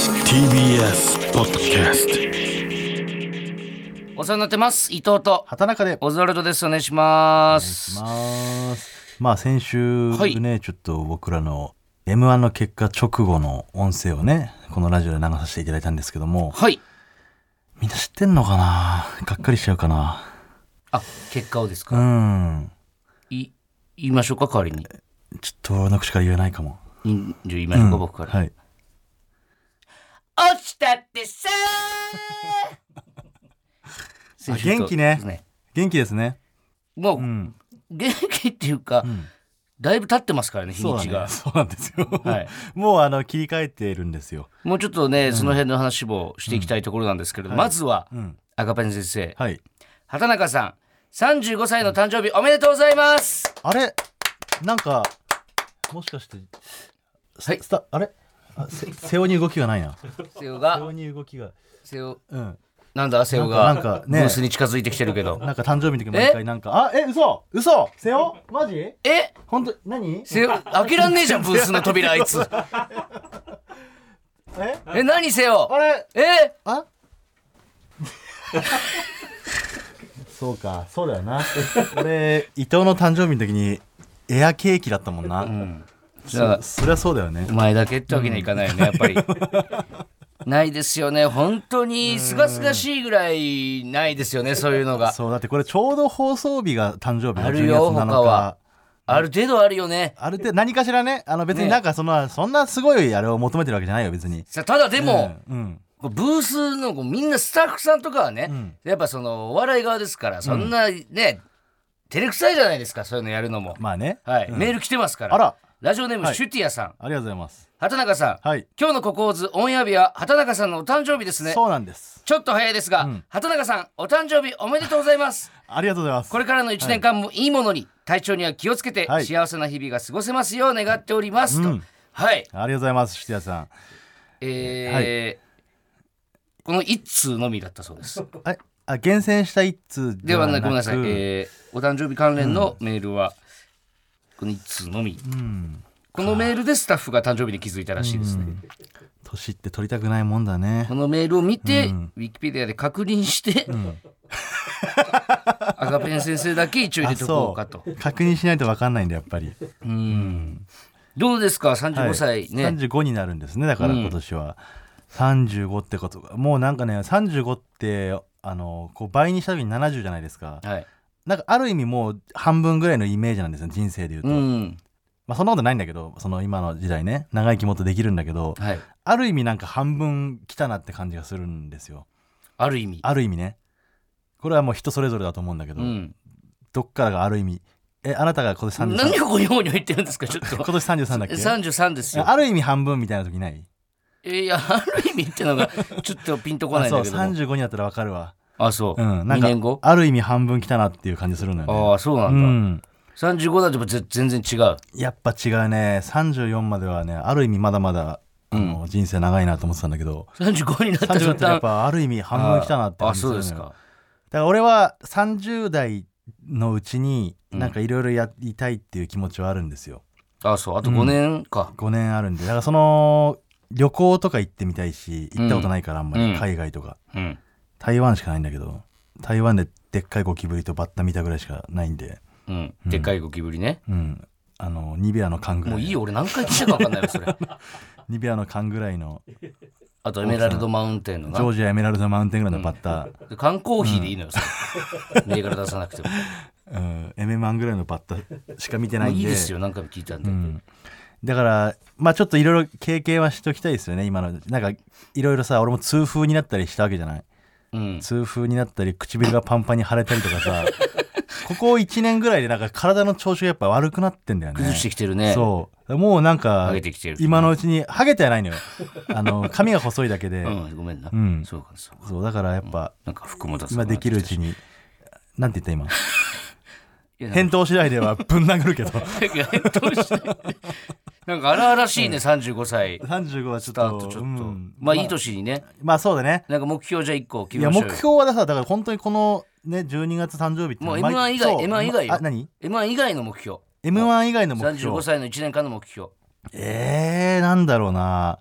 TBS ポッドキャストお世話になってます伊藤と畑中でお願オズワルドですお願いしまいしすます。まあ先週ね、はいちょっと僕らの M1 の結果直後の音声をね、このラジオで流させていただいたんですけども、はいみんな知ってんのかながっかりしちゃうかなあ結果をですか、うん。い言いましょうか代わりにちょっと俺の口から言えないかも。いんじゃあ言いましょうか、うん僕から、はい。落ちたってさ ーあ元気ね元気ですね。もう、うん。元気っていうか、んだいぶ経ってますからね日そうにだね ちが、そうなんですよ。はい もうあの、切り替えてるんですよ。もうちょっとねその辺の話もしていきたいところなんですけれど、まずは、うん。赤ペン先生はい。畑中さん35歳の誕生日おめでとうございますあれなんか、もしかして、はいスタ、あれあせ背負いに動きがないな。瀬尾背が負いに動きが。瀬尾うん。なんだ瀬尾がなんかなんかブねースに近づいてきてるけどなんか誕生日の時毎回なんか、あ、え、嘘嘘瀬尾マジえ本当何瀬尾開けらんねえじゃんブースの扉あいつええ何瀬尾あれえあ そうか、そうだよな。俺、伊藤の誕生日の時にエアケーキだったもんな。じゃあそそりゃそうだよねお。前だけってわけにはいかないよね、やっぱり。ないですよね、本当にすがすがしいぐらいないですよね、そういうのが。そう、だってこれちょうど放送日が誕生日あのるよ12月7他は日。ある程度あるよね。ある程度何かしらね、あの別にねなんかその、そんなすごいあれを求めてるわけじゃないよ、別に。さただでも、うんうん。こうブースのこうみんなスタッフさんとかはね、んやっぱそのお笑い側ですから、そんなね、照れくさいじゃないですか、そういうのやるのも。まあね。はい、うんメール来てますから。あら、ラジオネーム、はいシュティアさん、ありがとうございます。畑中さん、はい。今日のココーズオンエア日は畑中さんのお誕生日ですね。そうなんです。ちょっと早いですが、ん畑中さん、お誕生日おめでとうございます。ありがとうございます。これからの1年間もいいものに、体調には気をつけて、はい幸せな日々が過ごせますよう願っておりますと、うんはあい、りがとうございます、シティアさん。えーこの1通のみだったそう ですあ、あ厳選した一通ででははななくく。ごめんなさい、えーお誕生日関連のメールは、この1通のみ、うん。このメールでスタッフが誕生日に気づいたらしいですね、年って取りたくないもんだねこ。のメールを見て、ウィキペディアで確認して、赤ペン先生だけ一応入れておこうかとあそう確認しないと分かんないんだ、やっぱり。どうですか35歳、ね35になるんですね、だから今年は。35ってことが。もうなんかね、35って、あの、こう倍にした時に70じゃないですか。はいなんかある意味もう半分ぐらいのイメージなんですよ、人生でいうと。うんまあそんなことないんだけど、その今の時代ね、長生きもっとできるんだけど、はいある意味なんか半分来たなって感じがするんですよ。ある意味ある意味ね。これはもう人それぞれだと思うんだけど、うん、どっからがある意味。え、あなたが今年33。何をご用に言ってるんですか ちょっ今と年33だっけ33ですよある意味半分みたいな時ないいやある意味ってのがちょっとピンとこなあいんそうだけども35になったらわかるわ。あそう、う二ん。なん2年か後、ある意味半分来たなっていう感じするのよね。ああそうなうんだ、ん。 35だとぜ全然違うやっぱ違うね。34まではね、ある意味まだまだ、あの人生長いなと思ってたんだけど、 35になった30だ途ったらやっ端ぱある意味半分来たなってあ感あじすそるうのでよすかだから俺は30代のうちになんかいろいろやりたいっていう気持ちはあるんですよあそうあと5年か、 5年あるんでだからその旅行とか行ってみたいし行ったことないからあんまうんり海外とか、うん台湾しかないんだけど台湾ででっかいゴキブリとバッタ見たぐらいしかないんでうんでっかいゴキブリね、うんあのニベアの缶ぐらもいういいよ俺何回聞いたか分かんないよ それニベアの缶ぐらいのジあとエメラルドマウンテンのなョージアエメラルドマウンテンぐらいのバッタ、で缶コーヒーでいいのよ、それ銘柄出さな くてもうん、エメマンぐらいのバッタしか見てなもういんでいいですよ何回も聞いたんで、うんだからまあちょっといろいろ経験はしておきたいですよね今のなんかいろいろさ俺も痛風になったりしたわけじゃないうん、痛風になったり唇がパンパンに腫れたりとか さここ1年ぐらいでなんか体の調子がやっぱ悪くなってんだよね崩してきてるねそうもうなんかハゲてきてる今のうちにハゲてはないの よあの髪が細いだけで、うん、ごめんな。んそうか、そうか。そうだからやっぱ、なんか服も出す。今できるうちになんて言った今いや。返答次第では ぶん殴るけど変答して。 なんか荒々しいね、35歳。 35はちょっスターとトちょっと。うんまあ、いい年にね。まあそうだねなんか目標じゃ1個決いめやましょ目うよ。標はだからだから本当にこのね12月誕生日ってもう毎 M1 以外そう M1 以外よあ何 M1 以外の目標。 M1 以外の目標35歳の1年間の目標。えー、なんだろうな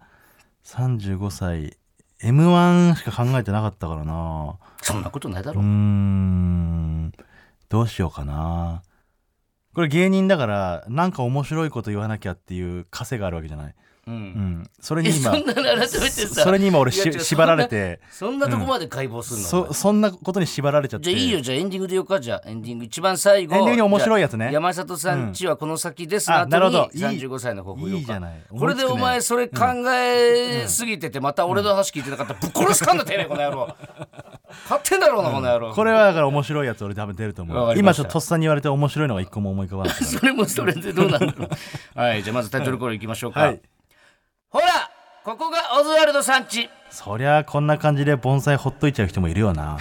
35歳 m 1しか考えてなかったからなそんなことないだうーろ。んどうしようかなこれ芸人だからなんか面白いこと言わなきゃっていう枷があるわけじゃない、うう。んん、それえ、にそ今んなの改めてさ、それに今俺しいや違う縛られてそんなとこまで解剖するのおそ前そんなことに縛られちゃってじゃあいいよ、じゃあエンディングでよか、じゃあエンディング一番最後。エンディングに面白いやつねじゃあ山里さんちはこの先ですあな、なるほど後に35歳の抱負言おうかいいじゃないこれでお前それ考えすぎてて、また俺の話聞いてなかったらぶっ殺すかんなてめえこの野 郎。勝手んだろうな、この野郎。これはだから面白いやつ俺多分出るとわ思かうりま今ちしょたっととっさに言われて面白いのが一個も思い浮かばないそれもそれでどうなんだろう。 はい、じゃあまずタイトルコールいきましょうか。はいほら、ここがオズワルドさんち。そりゃこんな感じで盆栽ほっといちゃう人もいるよ な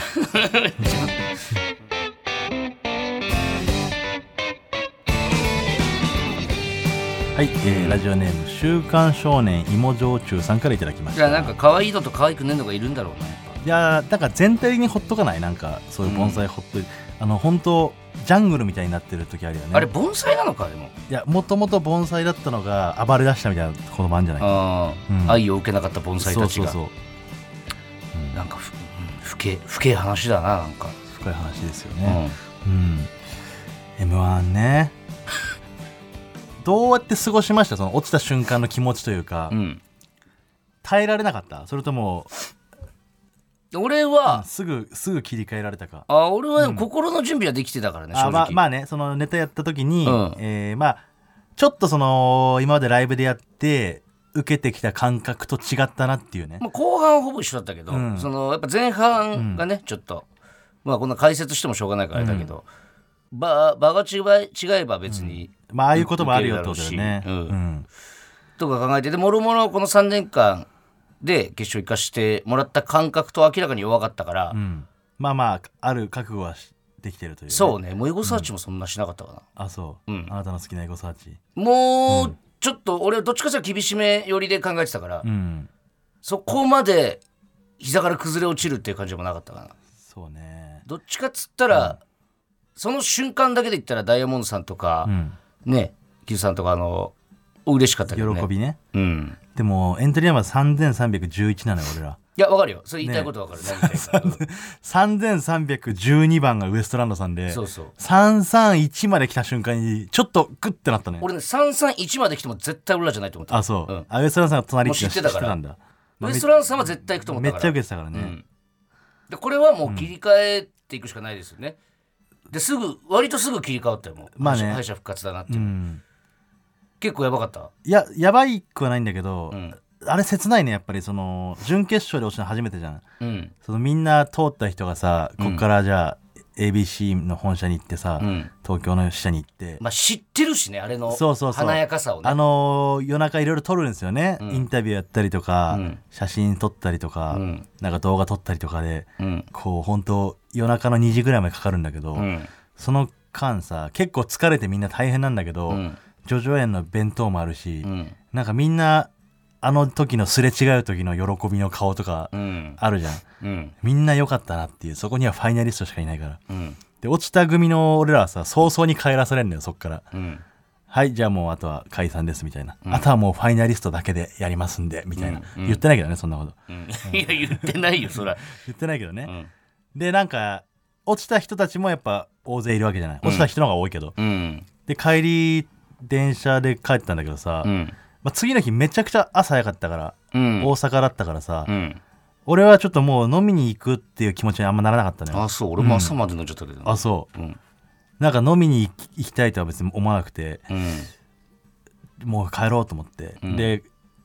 はい、えーラジオネーム「週刊少年芋焼酎」さんからいただきましじゃたあなんか可愛いのと可愛くねえのがいるんだろうね。いやーだから全体的にほっとかないなんかそういう盆栽ほっとい、あの本当ジャングルみたいになってる時あるよねあれ盆栽なのかでも、いやもともと盆栽だったのが暴れ出したみたいなこともあるんじゃないあーうん愛を受けなかった盆栽そたうちそうがそうなんかふうん不敬不敬話だななんか、深い話ですようね、ん、うん、m 1ねどうやって過ごしましたその落ちた瞬間の気持ちというか、うん耐えられなかったそれとも俺は、すぐすぐ切り替えられたかあ俺は心の準備はできてたからね、正あ直、まあまあねそのネタやった時に、うんえーまあちょっとその今までライブでやって受けてきた感覚と違ったなっていうね、まあ後半はほぼ一緒だったけど、うんそのやっぱ前半がね、ちょっとまあこんな解説してもしょうがないからあれだけど、ば場が違え違えば別に、まあああいうこともあるよってことだよね受けるだろうしうんとか考えてでもろもろこの3年間で決勝行かしてもらった感覚と明らかに弱かったから、うんまあまあある覚悟はしできてるというね、そうねもうエゴサーチもそんなしなかったかな、あそう、あなたの好きなエゴサーチもうちょっと俺どっちかというと厳しめ寄りで考えてたから、うんそこまで膝から崩れ落ちるっていう感じでもなかったかなそうねどっちかっつったら、その瞬間だけで言ったらダイヤモンドさんとかう、んねキズさんとかあの嬉しかったけどね喜びねうんでもエントリーナンバー3311なのよ俺らいやわかるよそれ言いたいことわかる、何言いたいか3312番がウエストランドさん うんでそうそう331まで来た瞬間にちょっとグッてなったね俺ね331まで来ても絶対俺らじゃないと思ったあそう、うんあウエストランドさんが隣っていうのもう知ってたから知んだウエストランドさんは絶対行くと思っめたっからちゃ受けてたからね、うんでこれはもう切り替えていくしかないですよね、ですぐ割とすぐ切り替わってもうまあね敗者復活だなっていう、うん結構やばかったいややばいくはないんだけど、うんあれ切ないねやっぱりその準決勝で落ちたの初めてじゃんうんそのみんな通った人がさこっからじゃあ、ABC の本社に行ってさ、うん東京の支社に行って、まあ知ってるしねあれのそうそうそう華やかさをねあのー夜中いろいろ撮るんですよね、インタビューやったりとか、うん写真撮ったりとか、うんなんか動画撮ったりとかでうんこう本当夜中の2時ぐらいまでかかるんだけど、うんその間さ結構疲れてみんな大変なんだけど、うん叙々苑の弁当もあるし、うんなんかみんなあの時のすれ違う時の喜びの顔とかうんあるじゃん、うんみんな良かったなっていうそこにはファイナリストしかいないからうんで落ちた組の俺らはさ早々に帰らされるのよそっからうんはいじゃあもうあとは解散ですみたいな、あとはもうファイナリストだけでやりますんでみたいな、言ってないけどねそんなこといや言ってないよそら言ってないけどね、んでなんか落ちた人たちもやっぱ大勢いるわけじゃない落ちた人の方が多いけど、うんで帰り電車で帰ったんだけどさ、うんまあ、次の日めちゃくちゃ朝早かったから、うん大阪だったからさ、うん俺はちょっともう飲みに行くっていう気持ちにあんまならなかったのよあそう俺も朝まで飲んじゃったけどねあそう、うんなんか飲みに行き行きたいとは別に思わなくてうんもう帰ろうと思って、で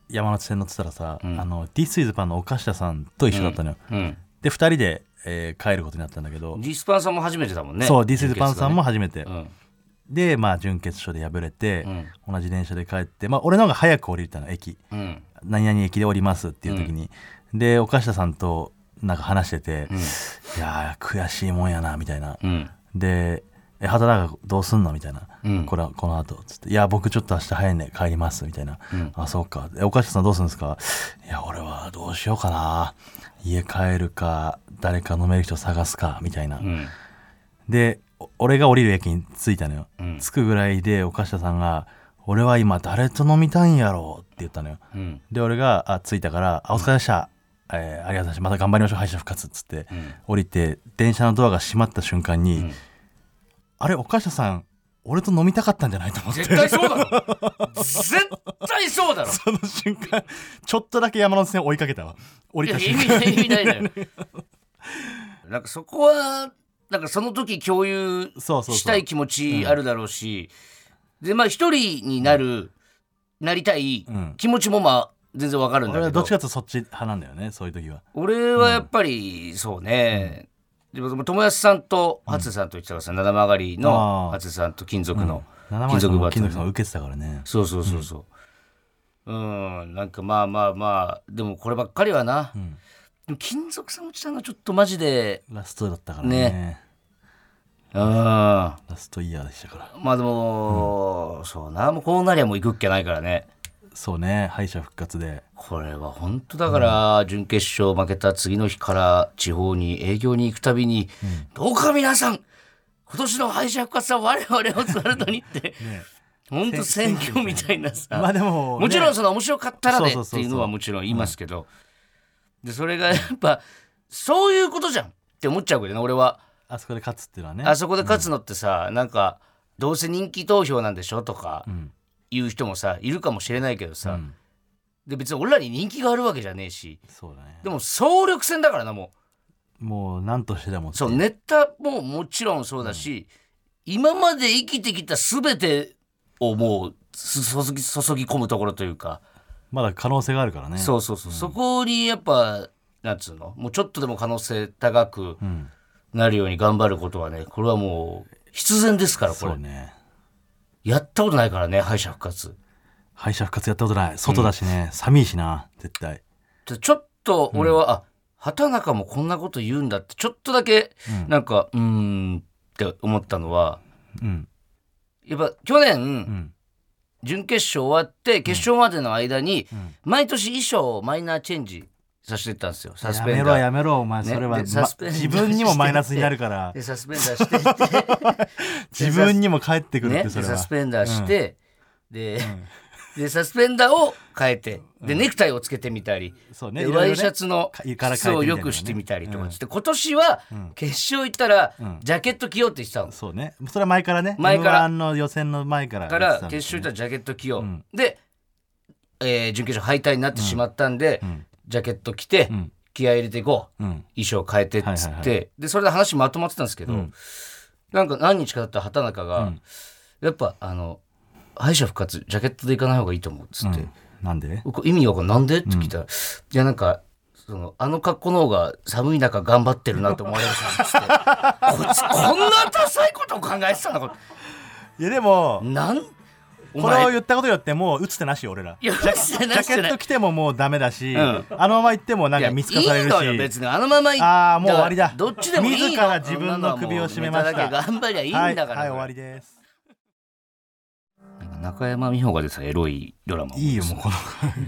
山手線乗ってたらさ、あのディスイズパンのお菓子屋さんと一緒だったのよ、うんで2人で、えー帰ることになったんだけど、ディスパンさんも初めてだもんねそうディスイズパンさんも初めて、うんうんでまあ準決勝で敗れて、同じ電車で帰ってまあ俺の方が早く降りたの駅うん何々駅で降りますっていう時に、で岡下さんとなんか話してて、いやー悔しいもんやなみたいな、うんで「え畑中どうすんの?」みたいな「うんこれはこの後つって「いや僕ちょっと明日早いんで帰ります」みたいな「あそうかえ岡下さんどうするんですか?」「いや俺はどうしようかな家帰るか誰か飲める人探すか」みたいな、うんでお俺が降りる駅に着いたのよ、うん着くぐらいで岡下さんが「俺は今誰と飲みたいんやろうって言ったのようんで俺があ着いたから「あお疲れでした、えーありがとうございましたまた頑張りましょう敗者復活」っつって、うん降りて電車のドアが閉まった瞬間に「んあれお菓子屋さん俺と飲みたかったんじゃない?」と思って絶対そうだろ絶対そうだろその瞬間ちょっとだけ山手線追いかけたわ降いりやた意瞬間味ない意味ないのよなんかそこはなんかその時共有そうそうそうしたい気持ちあるだろうしでまあ一人になる、なりたいうん気持ちもまあ全然わかるんだ俺けはどっちどかというとそっち派なんだよねそういう時は俺はやっぱりそうね、でも友達さんと初瀬さんと言ってたからさ、七曲がりのあー初瀬さんと金属の、七金枚さん属もバット金の属さんも受けてたからねそうそうそうそう。うん、なんかまあまあまあ、でもこればっかりはな。でも金属さん落ちたのはちょっとマジで、ラストだったからねねうん。まラストイヤーでしたからあでも、そうな、もうこうなりゃもう行くっきゃないからね。そうね敗者復活でこれは本当だから、準決勝負けた次の日から地方に営業に行くたびに、どうか皆さん、今年の敗者復活は我々をスワルドに って、本当選挙みたいなさ。まあでも、ね、もちろんその面白かったらそでうそうっそてうそういうのはもちろん言いますけど、でそれがやっぱそういうことじゃんって思っちゃうけどね俺はあそこで勝つっていうのはねあそこで勝つのってさ、なんかどうせ人気投票なんでしょとか言う人もさいるかもしれないけどさ、うんで別に俺らに人気があるわけじゃねえしそうだねでも総力戦だからなももう何としてでもうそうネタももちろんそうだし、今まで生きてきた全てをもう注ぎ注ぎ込むところというか。まだ可能性があるからねそうそうそう、そこにやっぱなんつうのもうちょっとでも可能性高くんなるように頑張ることはねこれはもう必然ですからこそれうねやったことないからね敗者復活敗者復活やったことない外だしね、寒いしな絶対でちょっと俺は、あ畑中もこんなこと言うんだってちょっとだけなんかうーんって思ったのはうんやっぱ去年、ん準決勝終わって決勝までの間に、毎年衣装をマイナーチェンジさせてったんですよサスやペンダーめろやめろお前ねそれは、でまサスペンダー自分にもマイナスになるから でサスペンダー していって自分にも返ってくるっね、てでそれサは、スペンダーして、で,、でサスペンダーを変えてでネクタイをつけてみたり、そうねでいろいろワねイシャツのか柄変えてみたりね質を良くしてみたりとかして、今年は決勝行ったらジャケット着ようって言ってたの、そうねそれは前からね前から1の予選の前からだかやっらてたん決ですよ勝行ったらジャケット着よう、で、えー準決勝敗退になってしまったんで、ジャケット着て、ん気合い入れていこう、うん衣装変えてっつって、はいはいでそれで話まとまってたんですけど、んなんか何日かだったら畑中が、やっぱあの敗者復活ジャケットで行かない方がいいと思うっつって、うんなんで僕意味わかんないなんでって聞いたら、いやなんかそのあの格好の方が寒い中頑張ってるなと思われるからっつってこいつこんなダサいことを考えてたのかいやでもなんおこれを前言ったことによってもう打つてなしよ俺らいやしジてないャしケてッないト着てももうダメだし、んあのまま行ってもなんいかや見つかされるいいのよ別しにあのままいあーもう終わりだどっちでもいいの自ら自分の首を絞めましたあんなのはもうネタだけ頑張りゃいいんはい、だから、はい、終わりですなんか中山美穂が出てたエロいドラマをいいよもうこの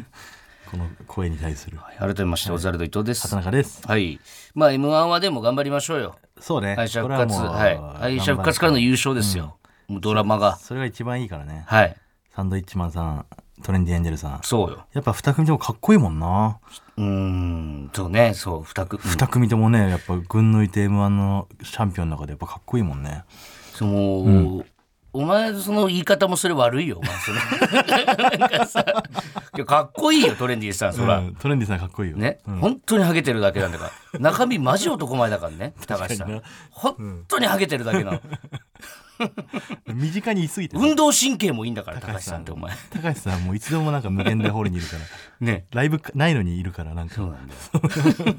この声に対する改めましてオザルド伊藤です畑中ですはいまあ m 1はでも頑張りましょうよそうね敗者こ復れは活もうはい敗者復活からの優勝ですよ、もうドラマがそれが一番いいからねはいサンドイッチマンさんトレンディエンジェルさんそうよやっぱ二組ともかっこいいもんなうーんそうねそう二組二組ともねやっぱ群抜いて m 1のチャンピオンの中でやっぱかっこいいもんねその、お前その言い方もそれ悪いよお前それ なんかさいやかっこいいよトレンディーさんそら、うんトレンディさんかっこいいよね、本当にハゲてるだけなんだから中身マジ男前だからね高橋さん本当にハゲてるだけなの身近にいすぎてね運動神経もいいんだから高橋さんってお前高橋さんもういつでもなんか無限大ホールにいるからねライブないのにいるからなんかそうなんだよ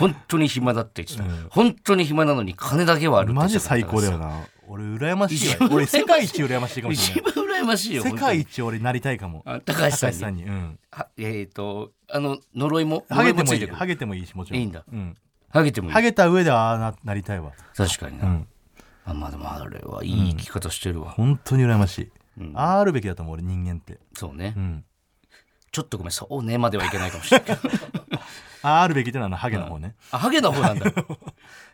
本当に暇だって言ってた、本当に暇なのに金だけはあるって言マってジたから最高だよな俺羨ましい一番わ俺世界一羨ましいかもし一れ番羨ましいよない世界一俺なりたいかも本当にあ高橋さ高ん橋にさんにうんはえっ、とあの呪いもハ呪ゲていももついいいてくるハゲてもいいしもちろんいいんだうんハゲてもいいハゲた上でああななりたいわ確かにな、んあまあでもあれはいい生き方してるわ、本当に羨ましいああるべきだと思う俺人間ってそうね、んちょっとごめんそう ねまではいけないかもしれないけどああるべきってのはあのハゲの方ね あハゲの方なんだ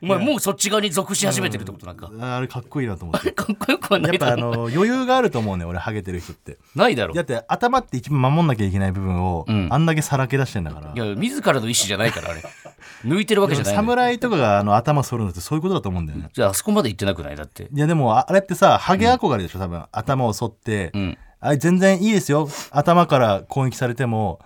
お前もうそっち側に属し始めてるってことなんか。あれかっこいいなと思って。かっこよくはなやっいだぱあろう。の余裕があると思うね俺ハゲてる人ってないだろう。だって頭って一番守んなきゃいけない部分を、んあんだけさらけ出してんだからいや、自らの意思じゃないから、あれ。抜いてるわけじゃないのよ。侍とかがあの頭剃るのってそういうことだと思うんだよね、じゃあ、あそこまで行ってなくないだって。いやでもああれってさハゲ憧れでしょ多分頭を剃って、んあれ全然いいですよ頭から攻撃されても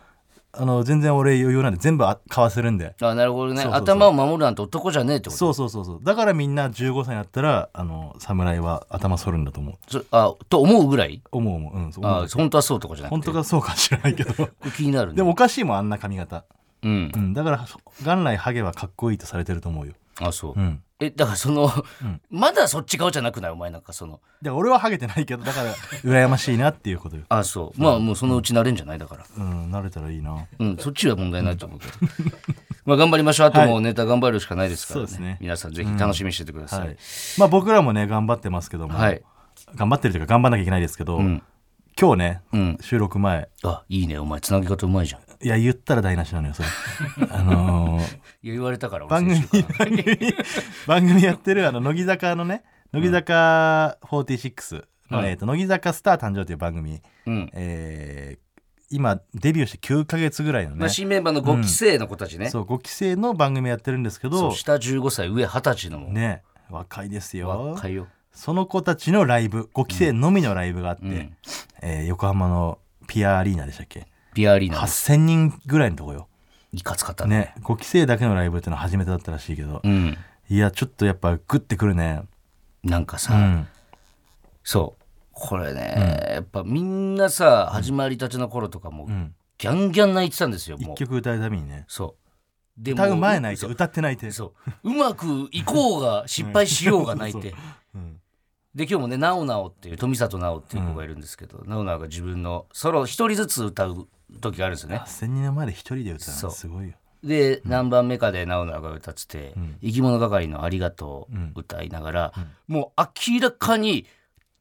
あの全然俺余裕なんで全部あかわせるんであなるほどねそうそうそう頭を守るなんて男じゃねえってことそうそうそうそうだからみんな15歳になったらあの侍は頭剃るんだと思うそあと思うぐらい思う思ううんそう思あう本当はそうとかじゃなくて本当かそうか知らないけどこれ気になるね でもおかしいもんあんな髪型うんうん、だからそ元来ハゲはかっこいいとされてると思うよ。あそう、うん、えだからその、まだそっち側じゃなくないお前なんかそので俺はハゲてないけどだ から羨ましいなっていうことよ。あそうまあもうそのうち慣れんじゃないだからうん、慣れたらいいな。うんそっちは問題ないと思うけど まあ頑張りましょうあともうネタ頑張るしかないですからね,、そうですね皆さんぜひ楽しみにしててくださはい、い、まあ僕らもね頑張ってますけども、はい頑張ってるというか頑張んなきゃいけないですけど、ん今日ね、ん収録前あいいねお前つなぎ方うまいじゃんいいや言ったら台無しなのよ それ。あのーや言われた から俺番組先週から番組番組やってるあの乃木坂のね乃木坂46の、はいえー、と乃木坂スター誕生という番組、 うんえー今デビューして9ヶ月ぐらいのね、まあ、新メンバーの5期生の子たちね、そう5期生の番組やってるんですけそどう下15歳上20歳のもんね若いですよ若いよその子たちのライブ5期生のみのライブがあって、んえー横浜のピアアリーナでしたっけビアアリーナです8,000人ぐらいのとこよ、いかつかったねね、5期生だけのライブっていうのは初めてだったらしいけど、うんいやちょっとやっぱグッてくるねなんかさ、うんそうこれね、やっぱみんなさ始まりたての頃とかもう、んギャンギャン泣いてたんですよも一う曲歌うたびにねそうで歌う前泣いてそう歌って泣いてそううまくいこうが失敗しようが泣い て、うんで今日もねなおなおっていう富里なおっていう子がいるんですけど、なおなおが自分のソロ一人ずつ歌う時があるんですよね8,000人の前で一人で歌うそうのすごいよで、何番目かでなおなおが歌ってて、生き物係の「ありがとう」歌いながら、もう明らかに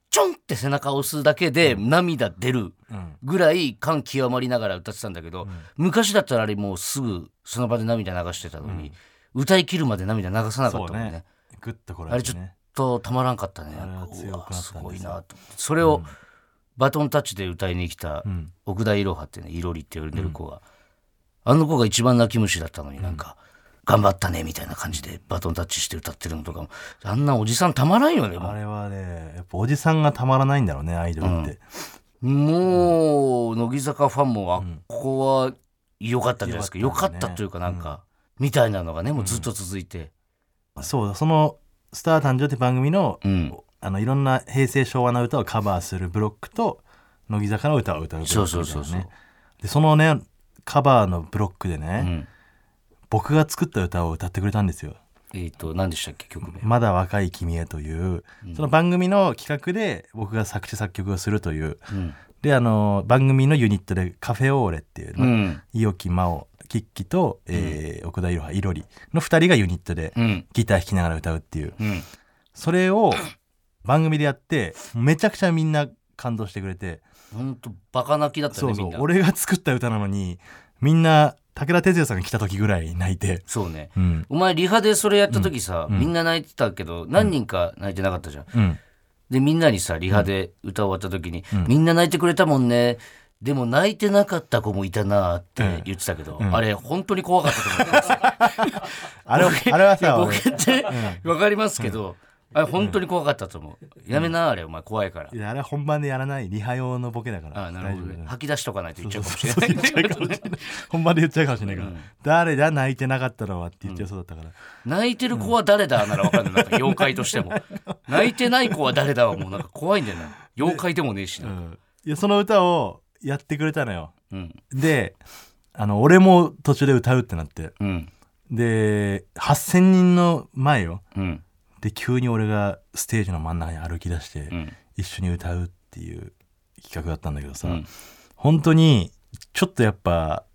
ちょんって背中を押すだけで涙出るうんぐらい感極まりながら歌ってたんだけど、昔だったらあれもうすぐその場で涙流してたのに、歌い切るまで涙流さなかそったうもんねねグッとこあられれちてょっねとたまらんかったねあれは強くなったんですすよごいなと思ってそれをバトンタッチで歌いに来たうん奥田いろはってねいろりって呼んでる子が、あの子が一番泣き虫だったのになんか、頑張ったねみたいな感じでバトンタッチして歌ってるのとかもあんなおじさんたまらんよねもあうれはねやっぱおじさんがたまらないんだろうねアイドルって、もう乃木坂ファンもあ、ここは良かったんじゃないですか良良かかっ,、ったたねというかなんか、みたいなのがねもうずっと続いて、そうだその「スター誕生」って番組の,、うんあのいろんな平成昭和の歌をカバーするブロックと乃木坂の歌を歌うブロックそうそうそうみそたういなねでそのねカバーのブロックでね、うん僕が作った歌を歌ってくれたんですよえっ、と何でしたっけ曲名「まだ若い君へ」という、その番組の企画で僕が作詞作曲をするといううん、であの番組のユニットで「カフェオーレ」っていう、うねん伊沖真央キッキと、えー奥田いろはいろりの2人がユニットでうんギター弾きながら歌うっていううんそれを番組でやってめちゃくちゃみんな感動してくれてほんとバカ泣きだったそねうそうみんな俺が作った歌なのにみんな武田鉄矢さんが来た時ぐらい泣いて、そうねうんお前リハでそれやった時さ、んみんな泣いてたけど何人か泣いてなかったじゃん、うん、でみんなにさリハで歌終わった時に、うんみんな泣いてくれたもんねでも泣いてなかった子もいたなって言ってたけど、うんあれ本当に怖かったと思いますあれはあれはさ ボ俺ケって分かりますけど、あれ本当に怖かったと思うやめなあれお前怖いから、いやあれは本番でやらないリハ用のボケだからああなるほど大ね丈夫吐き出しとかないと言っちゃうかもしそれうなそう言いっちゃうかもしれない本番で言っちゃうかもしれないから、誰だ泣いてなかったのはって言っちゃいそうだったから、泣いてる子は誰だなら分かんないなんか妖怪としても 泣いてない子は誰だはもうなんか怖いんだよな妖怪でもねえしな、うんいやその歌をやってくれたのようんであの俺も途中で歌うってなってうんで8,000人の前ようんで急に俺がステージの真ん中に歩き出して、うん一緒に歌うっていう企画だったんだけどさ、うん本当にちょっとやっぱ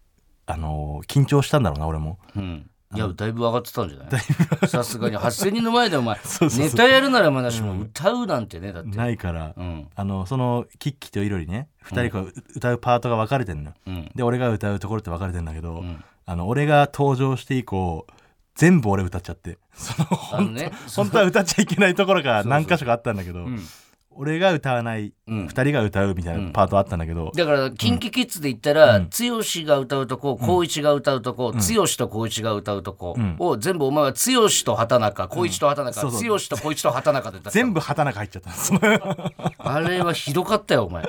あの緊張したんだろうな俺もうんいやだいぶ上がってたんじゃないさすがに8,000人の前で お前そうそうそうネタやるならまだしも歌うなんてねだってないから、うんあのそのキッキとイロリね2人が歌うパートが分かれてんのよ、うんで俺が歌うところって分かれてんだけど、んあの俺が登場して以降全部俺歌っちゃってそのあの本当,、ね本当は歌っちゃいけないところがそう何箇所かあったんだけどん俺が歌わない、う二ん人が歌うみたいなパートあったんだけど、だから、キンキキッズで言ったら、剛が歌うとこ、光一が歌うとこ、剛と光一が歌うとこを、全部お前は剛と畑中、光一と畑中、うんそうそう剛と光一と畑中で歌ってた全部畑中入っちゃったんですあれはひどかったよ、お前。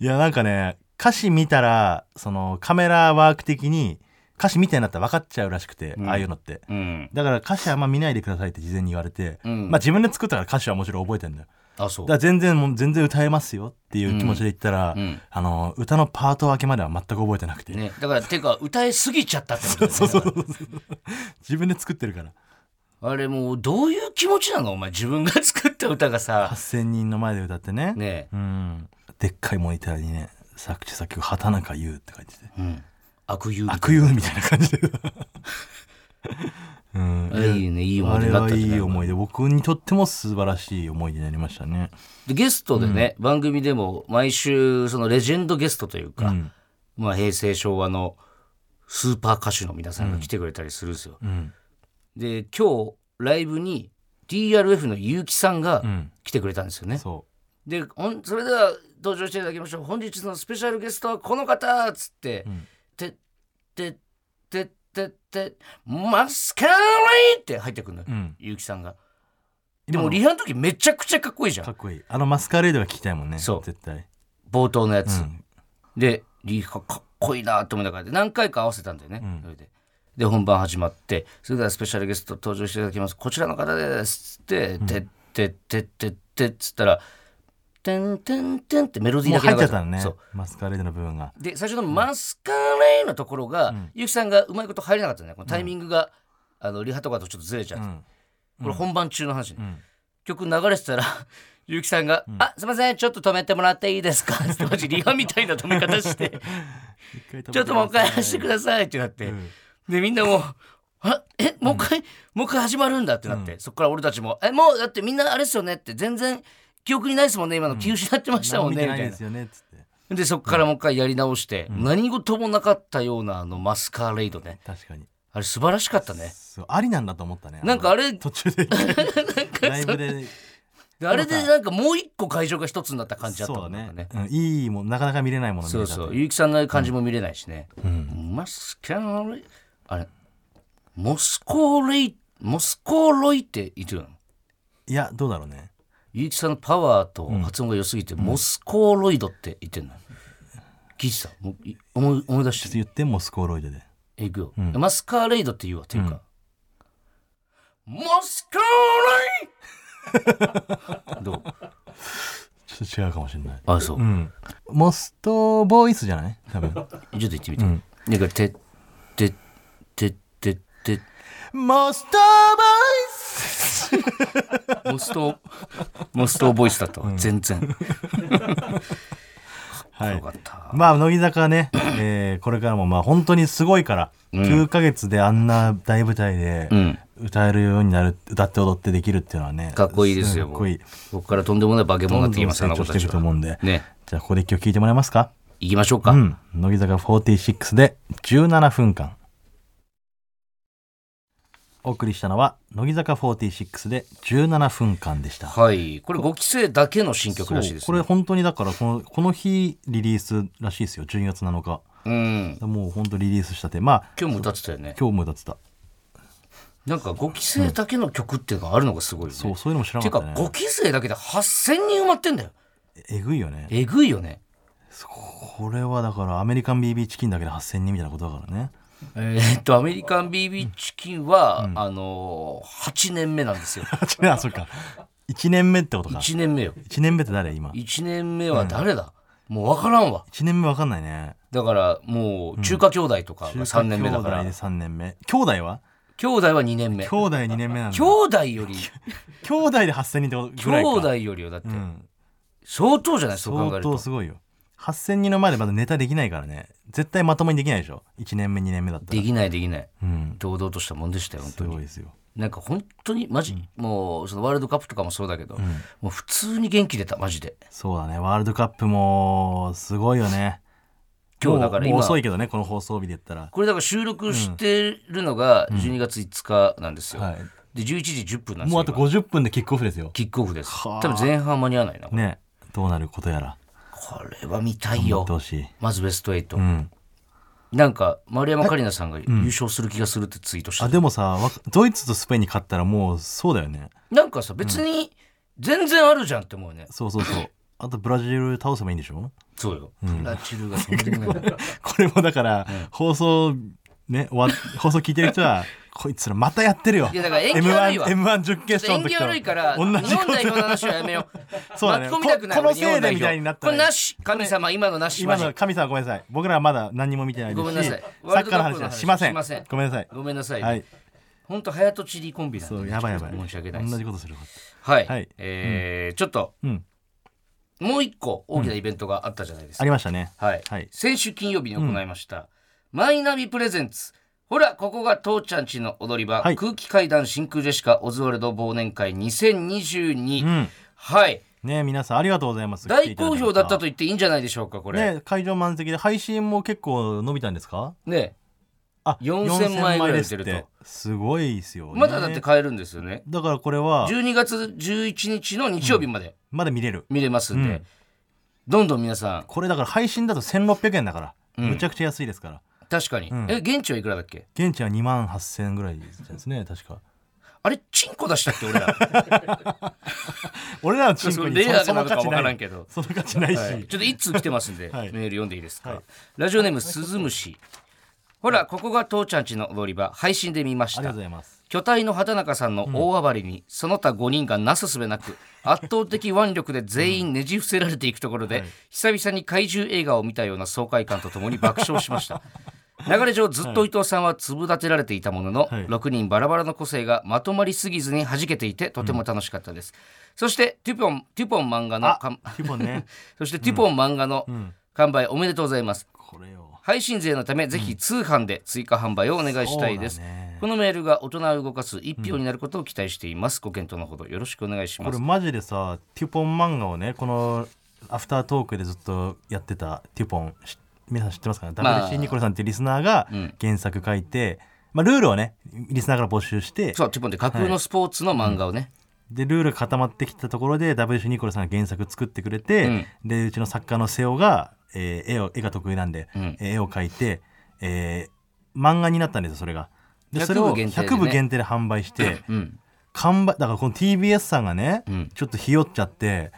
いやなんかね歌詞見たらそのカメラワーク的に歌詞見てなったら分かっちゃうらしくて、ああいうのってうん。だから歌詞あんま見ないでくださいって事前に言われて、んまあ自分で作ったから歌詞はもちろん覚えてんだよあ、そうだか。ら全然もう全然歌えますよっていう気持ちで言ったら、んあの歌のパート分けまでは全く覚えてなくて、ね、だから、ていうか、歌いすぎちゃったってことだよ ねそうそうそうそう自分で作ってるからあれもう、どういう気持ちなのお前、自分が作った歌がさ、 8,000人の前で歌ってねねうんでっかいモニターにね作詞作曲畑中優って書いててうん悪友。悪友みたいな感じで うんあいいね、いい思あい出れになっはたいじゃいない思い出僕にとっても素晴らしい思い出になりましたねでゲストでね、番組でも毎週そのレジェンドゲストというか、んまあ、平成昭和のスーパー歌手の皆さんが来てくれたりするんですよ。うんで今日ライブに TRF の結城さんがうん来てくれたんですよね。そでほんそれでは登場していただきましょう本日のスペシャルゲストはこの方っつってん「てってってってってマスカレー!」って入ってくるのよううん結城さんが。ででもリハの時めちゃくちゃかっこいいじゃかんっこいいあのマスカレードが聞きたいもんねそう絶対冒頭のやつ。うんでリハかっこいいなと思いながらで何回か合わせたんだよね、んそれでで本番始まってそれではスペシャルゲスト登場していただきますこちらの方ですって、てってってってってっつったら「てんてんてん」ってメロディーもうだけ入流っちゃれったのねそうマスカレードの部分がで最初の「マスカレー」のところが、ゆきさんがうまいこと入れなかったねこのタイミングが、あのリハとかとちょっとずれちゃって、んこれ本番中の話ね、ん曲流れてたらゆきさんが「あすいませんちょっと止めてもらっていいですか」ってマジリハみたいな止め方して ちょっともう一回走ってくださいってなって、でみんなもう「あえもう一回、もう一回始まるんだ」ってなって、そっから俺たちも「えもうだってみんなあれですよね」って全然記憶にないですもんね今の気失ってましたもん何ね、も見てなみいたいでなすよねっつってでそっからもう一回やり直して、何事もなかったようなあのマスカーレイドね確かにあれ素晴らしかったねそうありなんだと思ったね なんかあれの途中でライブでであれでなんかもう一個会場が一つになった感じだったそうもだんなんかねうんいいもんなかなか見れないもの見そうれたそうと結城さんの感じも見れないしね、マスカーレイあれモスコーレイモスコーロイって言ってるのいやどうだろうね結城さんのパワーと発音が良すぎて、モスコーロイドって言ってんの聞いてたもうい思い思いちょ出っしとて言ってもスコーロイドでいくよ、マスカーレイドって言うわっていうか、モスコーレイ どうちょっと違うかもしれないあそう、うんモストボイスじゃない多分ちょっと言ってみて、なんかてててててモストボイスモストモストボイスだったわ、全然はよいかったまあ乃木坂ね、えーこれからもまあ本当にすごいから、9ヶ月であんな大舞台でん歌えるようになる、歌って踊ってできるっていうのはねかっこいいですよかっこいいここからとんでもない化け物になってきます成あの長子したていちくとは思うんで、ねじゃあここで一曲聴いてもらえますか行きましょうか、うん乃木坂46で17分間お送りしたのは乃木坂46で17分間でしたはいこれ5期生だけの新曲らしいです、ね、そうこれ本当にだからこのこの日リリースらしいですよ12月7日うんもう本当リリースしたてまあ今日も歌ってたよね今日も歌ってたなんか5期生だけの曲っていうのがあるのがすごいよね、そうそういうのも知らてなかかったね5期生だけで8000人埋まってんだよえぐいよねえぐいよねこれはだからアメリカン BB チキンだけで8000人みたいなことだからね えーっとアメリカン BB チキンは、あのー、8年目なんですよあそっか1年目ってことか1年目よ1年目って誰今1年目は誰だ、もう分からんわ1年目わかんないねだからもう中華兄弟とかが3年目だから、兄弟で兄3年目兄弟は弟は2年目兄弟2年目なんだ兄弟より兄弟で8000人ってことぐら兄いか弟よりよだってうん相当じゃないそう考え相ると当すごいよ8000人の前でまだネタできないからね絶対まともにできないでしょ1年目2年目だったでらきないできないうん堂々としたもんでしたよ本す当ごいにですよなんか本当にマジ、もうそのワールドカップとかもそうだけど、もう普通に元気出たマジでそうだねワールドカップもすごいよね今日だからもうもう今遅いけどねこの放送日で言ったらこれだから収録してるのが12月5日なんですよ、はいで11時10分なんですよもうあと今50分でキックオフですよキックオフです多分前半間に合わないなこねどうなることやられは見たいよどうしいまずベスト8、んなんか丸山桂里奈さんが優勝する気がするってツイートしてたあでもさわかドイツとスペインに勝ったらもうそうだよねなんかさ別に全然あるじゃんって思うねそうそう そうあとブラジル倒せばいいんでしょそうよ、ブラジルがそ んなにこれもだから、放送ね終わ 放送聞いてる人はこいつらまたやってるよいやだから縁起悪 M1, いわ M1 準決勝縁の時起と悪いから日同本じこと代表の話はやめよう そうだね巻き込みたくないここの日本せいで代表みたいになったねこれなし神様今のなし今マジの神様ごめんなさい僕らはまだ何も見てないでごめんすなしさいサッカーの話はしませんワールドカップの話しませんごめんなさいごめんなさい、はい本当早とちりコンビなんでそね、うやばいやばちょっとい申し訳ないで同すじことするはい、はいえーちょっとうんもう一個大きなイベントがあったじゃないですかありましたねはい、はい先週金曜日に行いました、マイナビプレゼンツほらここが父ちゃんちの踊り場、はい空気階段真空ジェシカオズワルド忘年会2022、うんはいね皆さんありがとうございます大好評だったとと言っていいんじゃないでしょうかこれね会場満席で配信も結構伸びたんですかねあ4000枚ぐらい出てると4000枚ですってすごいですよねまだだって買えるんですよねだからこれは12月11日の日曜日までまだ見れる見れますんで、うんどんどん皆さんこれだから配信だと1600円だから、むちゃくちゃ安いですから確かに、んえ現地はいくらだっけ現地は2万8000円ぐらいですね確かあれチンコ出したっけ 俺ら俺らのチンコにレアそなののか価値分からなんいけどその価値ないし、はいちょっと一通来てますんで、はいメール読んでいいですか、はいラジオネームスズムシほらここが父ちゃんちの踊り場配信で見まあしりがとたうござい ます巨体の畑中さんの大暴れに、その他5人がなすす べなく圧倒的腕力で全員ねじ伏せられていくところで、久々に怪獣映画を見たような爽快感とともに爆笑しました流れ上ずっと伊藤さんは粒立てられていたものの、はい6人バラバラの個性がまとまりすぎずに弾けていてとても楽しかったです、そしてテュポンテュポン漫画のかんあピボンねそしてテュポン漫画の完売おめでとうございます。これよ配信税のため、ぜひ通販で追加販売をお願いしたいです。そうだねこのメールが大人を動かす一票になることを期待しています。ご検討のほどよろしくお願いしこまれす。マジでさテュポン漫画をねこのアフタートークでずっとやってたテュポンし皆さん知ってますかね、まあ WC ニコルさんっていうリスナーが原作書いて、まあ、ルールをねリスナーから募集してそう、テュポンで架空のスポーツの漫画をね。でルール固まってきたところで WC ニコルさんが原作作ってくれて、でうちの作家の瀬尾が、えー絵を絵が得意なんで、ん絵を描いて、えー漫画になったんですよそれが。で100それを部限定でね100部限定で販売してうん。完売だからこの TBS さんがね、んちょっとひよっちゃって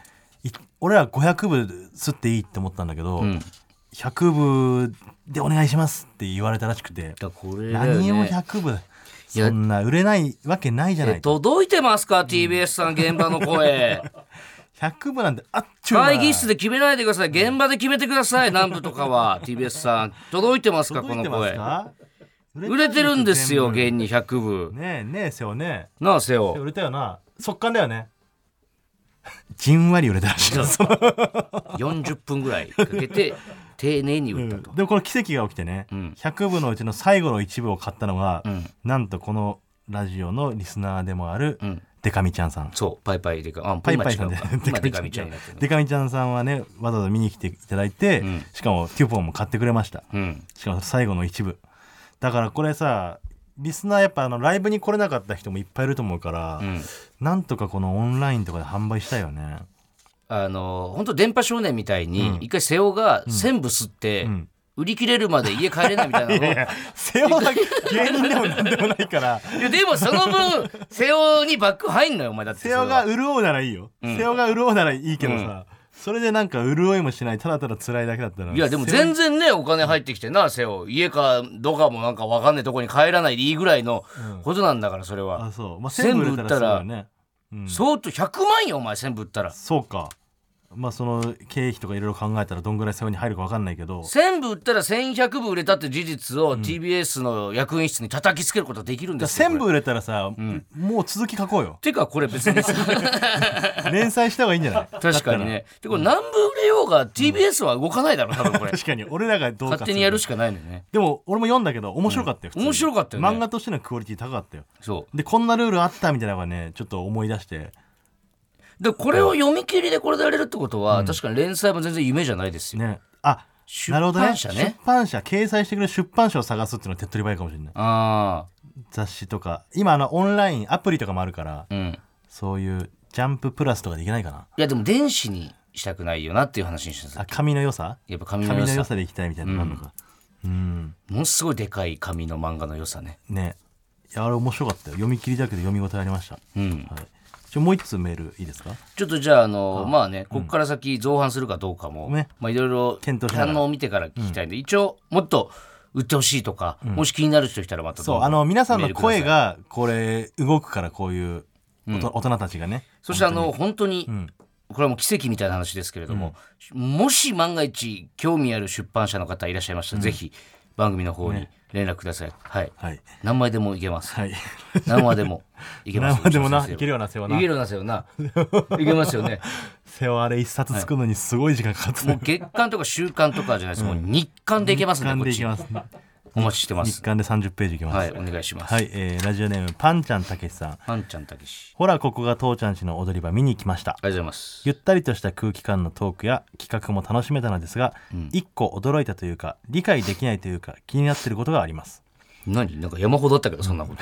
い俺ら500部吸っていいって思ったんだけど、うん。だか100部でお願いしますって言われたらしくて、らこれだよ何をね。 100部やそんな売れないわけないじゃなえいと届いてますか TBS さん現場の声100部なんてあっ ちゅう間会議室で決めないでください現場で決めてください南部とかは TBS さん届いてますかこの声声売れてるんですよ現に100部ねえねえ瀬尾ねなあ瀬尾瀬 尾売れたよな速乾だよね じんわり売れたらしいなその40分ぐらいかけて丁寧に打ったと、でもこの奇跡が起きてね、ん100部のうちの最後の一部を買ったのが、んなんとこのラジオのリスナーでもあるんデカミちゃんさん、そうパイパイでかあパイ今パ違イさんうで かデカ今デミカちミちゃゃんんになってるデカミちゃんさんはねわざわざ見に来ていただいて、んしかもテュポンも買ってくれましたうんしかも最後の一部だからこれさリスナーやっぱあのライブに来れなかった人もいっぱいいると思うから、うんなんとかこのオンラインとかで販売したいよねあの本当電波少年みたいに、一回瀬尾が1000部吸って、ん売り切れるまで家帰れない みたいなのいや背負うだけ芸人でもなんでもない からでもその分瀬尾にバック入んのよお前だって背負うが潤うならいいよ、背負うが潤うならいいけどさ、それでなんか潤いもしないただただ辛いだけだったらいやでも背負う全然ねお金入ってきてな瀬尾家かどうかもなんか分かんないとこに帰らないでいいぐらいのことなんだからそれは、あそう、まあ、全全部部売売れったたららそうだよね相当100万よお前1000部売ったらそうかまあその経費とかいろいろ考えたらどんぐらい背負うに入るか分かんないけど1000部売ったら1100部売れたって事実を TBS の役員室に叩きつけることはできるんですよ。 1000こ部れ売れたらさ、もう続き書こうよてかこれ別にさ連載した方がいいんじゃない 確かにね。でこれ何部売れようが TBS は動かないだろ多分 これ。確かに俺らがどうか勝手にやるしかないのよね。でも俺も読んだけど面白かったよ、普通に面白かったよね漫画としてのクオリティ高かったよそう。でこんなルールあったみたいなのがねちょっと思い出してでこれを読み切りでこれでやれるってことは、確かに連載も全然夢じゃないですよ。ねあ出なるほどね版社ね。出版社掲載してくれる出版社を探すっていうのは手っ取り早いかもしれないあ雑誌とか今あのオンラインアプリとかもあるからあ、うん。そういうジャンププラスとかできないかないやでも電子にしたくないよなっていう話にしたんですあ紙の良さやっぱ紙の紙良の良ささでいきたいみたいなのあるのかうんものすごいでかい紙の漫画の良さねねいやあれ面白かったよ読み切りだけど読み応えありました、うんはい、ちょもう一つメールいいですかちょっとじゃああのまあねここから先増版するかどうかも、ねまあいろいろ検討しながら反応を見てから聞きたいんで、一応もっと売ってほしいとか、もし気になる人いたらまたどそんうどんあの皆さんメのールください声がこれ動くからこういう大人,、大人たちがねそしてあの本当にこれはもう奇跡みたいな話ですけれども、もし万が一興味ある出版社の方いらっしゃいましたら、ぜひ番組の方に連絡ください、はいはい何枚でもいけま すはい何話でもいけます 何話でもなうちの先生はいけるよな世話ないけるような世話ないけますよね背負あれ一冊作るのにすごい時間かかってた、もう月間とか週間とかじゃないです、もう日間でいけますね時間こでっいきちますねお待ちしてま日す刊で30ページいきますははいい、お願いします、えーラジオネームパンちゃんたけしさんはんちゃんたけしほらここが父ちゃんちの踊り場見に来ましたありがとうございますゆったりとした空気感のトークや企画も楽しめたのですが、一個驚いたというか理解できないというか気になっていることがあります何なんか山ほどあったけどそんなこと、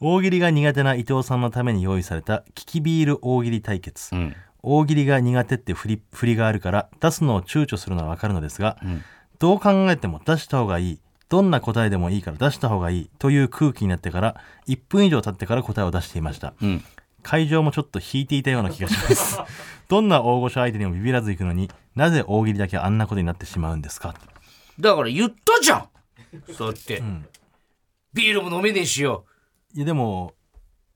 大喜利が苦手な伊藤さんのために用意されたキキビール大喜利対決、うん大喜利が苦手って振り振りがあるから出すのを躊躇するのはわかるのですが、んどう考えても出した方がいいどんな答えでもいいから出した方がいいという空気になってから1分以上経ってから答えを出していました、うん、会場もちょっと引いていたような気がします どんな大御所相手にもビビらず行くのになぜ大喜利だけあんなことになってしまうんですかだから言ったじゃんそうやって、ビールも飲めねえしよいやでも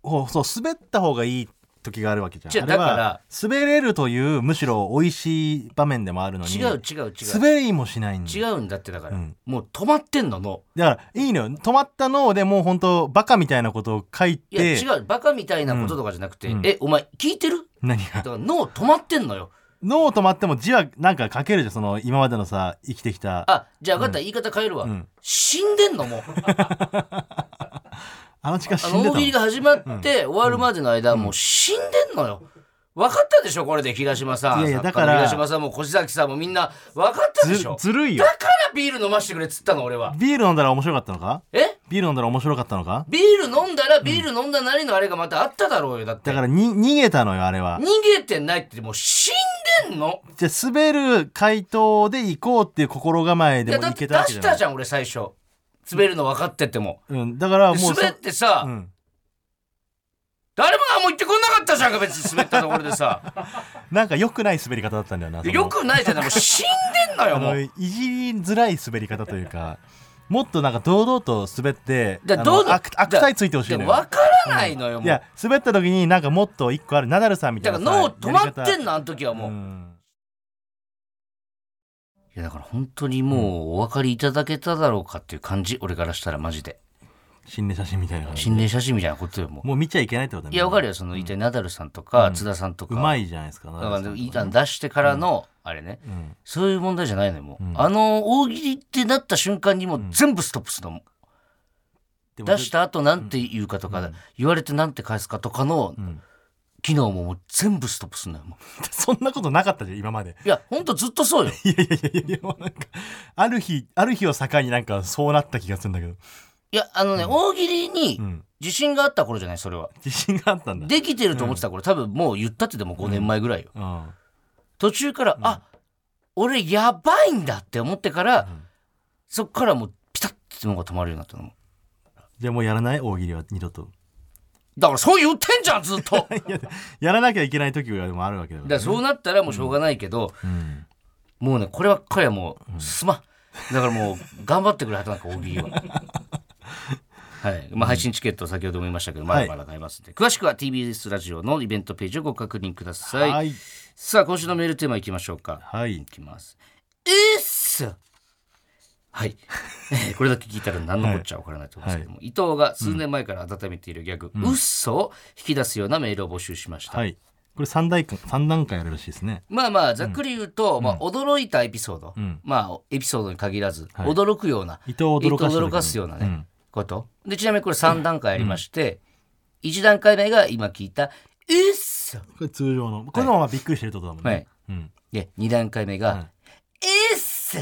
ほそう滑った方がいい時があるわけじゃんじゃああれはだから滑れるというむしろ美味しい場面でもあるのに違う違う違う滑りもしないんだ違うんだってだから、うんもう止まってんののだからいいのよ止まった脳でもう本当バカみたいなことを書いいやて違うバカみたいなこととかじゃなくて、うんえお前聞いてる何だがから脳止まってんのよ脳止まっても字はなんか書けるじゃんその今までのさ生きてきたああじゃあ分かった、言い方変えるわ、うん死んでんのもうの時間あ死んでのた大喜利のが始まって終わるまでの間、もう死んでんのよ分かったでしょこれで東島さんいやいや作家のだから東島さんも越崎さんもみんな分かったでずしょずるいよだからビール飲ましてくれっつったの俺はビール飲んだら面白かったのかえビール飲んだら面白かったのかビール飲んだらビール飲んだなりのあれがまたあっただろうよだってだからに逃げたのよあれは逃げてないってもう死んでんのじゃあ滑る回答で行こうっていう心構えいでやもだっいてけ出たわけじしゃなたいじゃん俺最初滑るの分かっててもうん、だからでもうそ滑ってさ、うん、誰も何も言ってこなかったじゃんか別に滑ったところ でさなんか良くない滑り方だったんだよなそのよくないじゃないもう死んでんのよあものういじりづらい滑り方というかもっとなんか堂々と滑ってだあのどうぞ悪悪態ついてほしいでのもよ分からないのいよもうや滑った時になんかもっと一個あるナダルさんみただいかならさ脳止まってんやのあの時はりも方う、いんやだから本当にもうお分かりいただけただろうかっていう感じ俺からしたらマジで心霊写真みたいな感じ心霊写真みたいなことよもうもう見ちゃいけないってことだねいや分かるよその一体ナダルさんとか津田さんとか、うまいじゃないですかナだダルかさらんいい段出してからの、あれね、んそういう問題じゃないのよもう、あの大喜利ってなった瞬間にもう全部ストップするの、でも出した後なんて言うかとか、言われてなんて返すかとかの、機能ももう全部ストップするのよもう そんなことなかったじゃん今まで いやほんとずっとそうよいやいやいやいやもうなんかある日ある日を境になんかそうなった気がするんだけどいやあのね、大喜利にん自信があった頃じゃないそれは自信があったんだできてると思ってた頃、多分もう言ったってでも5年前ぐらいよ、うん途中から、あ俺やばいんだって思ってから、そっからもうピタッてのが止まるようになったのもじゃあもうやらない大喜利は二度とだからそう言ってんじゃんずっとだか いややらなきゃいけない時がでもあるわけだかららそうなったらもうしょうがないけど、うんもうねこればっかりはもうすまん、だからもう頑張ってくれ畑中大喜利 ははいまあ、配信チケット先ほども言いましたけどまだまだ買えますんで、詳しくは TBS ラジオのイベントページをご確認ください、はいさあ今週のメールテーマいきましょうかはいいきますうっすはい、 えーこれだけ聞いたら何のこっちゃわからないと思うんですけども、伊藤が数年前から温めているギャグ「うっそ」を引き出すようなメールを募集しました、はいこれ三段階三段階あるらしいですねまあまあざっくり言うと、まあ、驚いたエピソード、んまあエピソードに限らず、はい驚くような伊藤を驚かす伊藤をかすようなね、うんことでちなみにこれ3段階ありまして、一1段階目が今聞いた「うっそこれ通常のこれのままびっくりしてるってことだもんね、はいうん」で2段階目が「うっそ」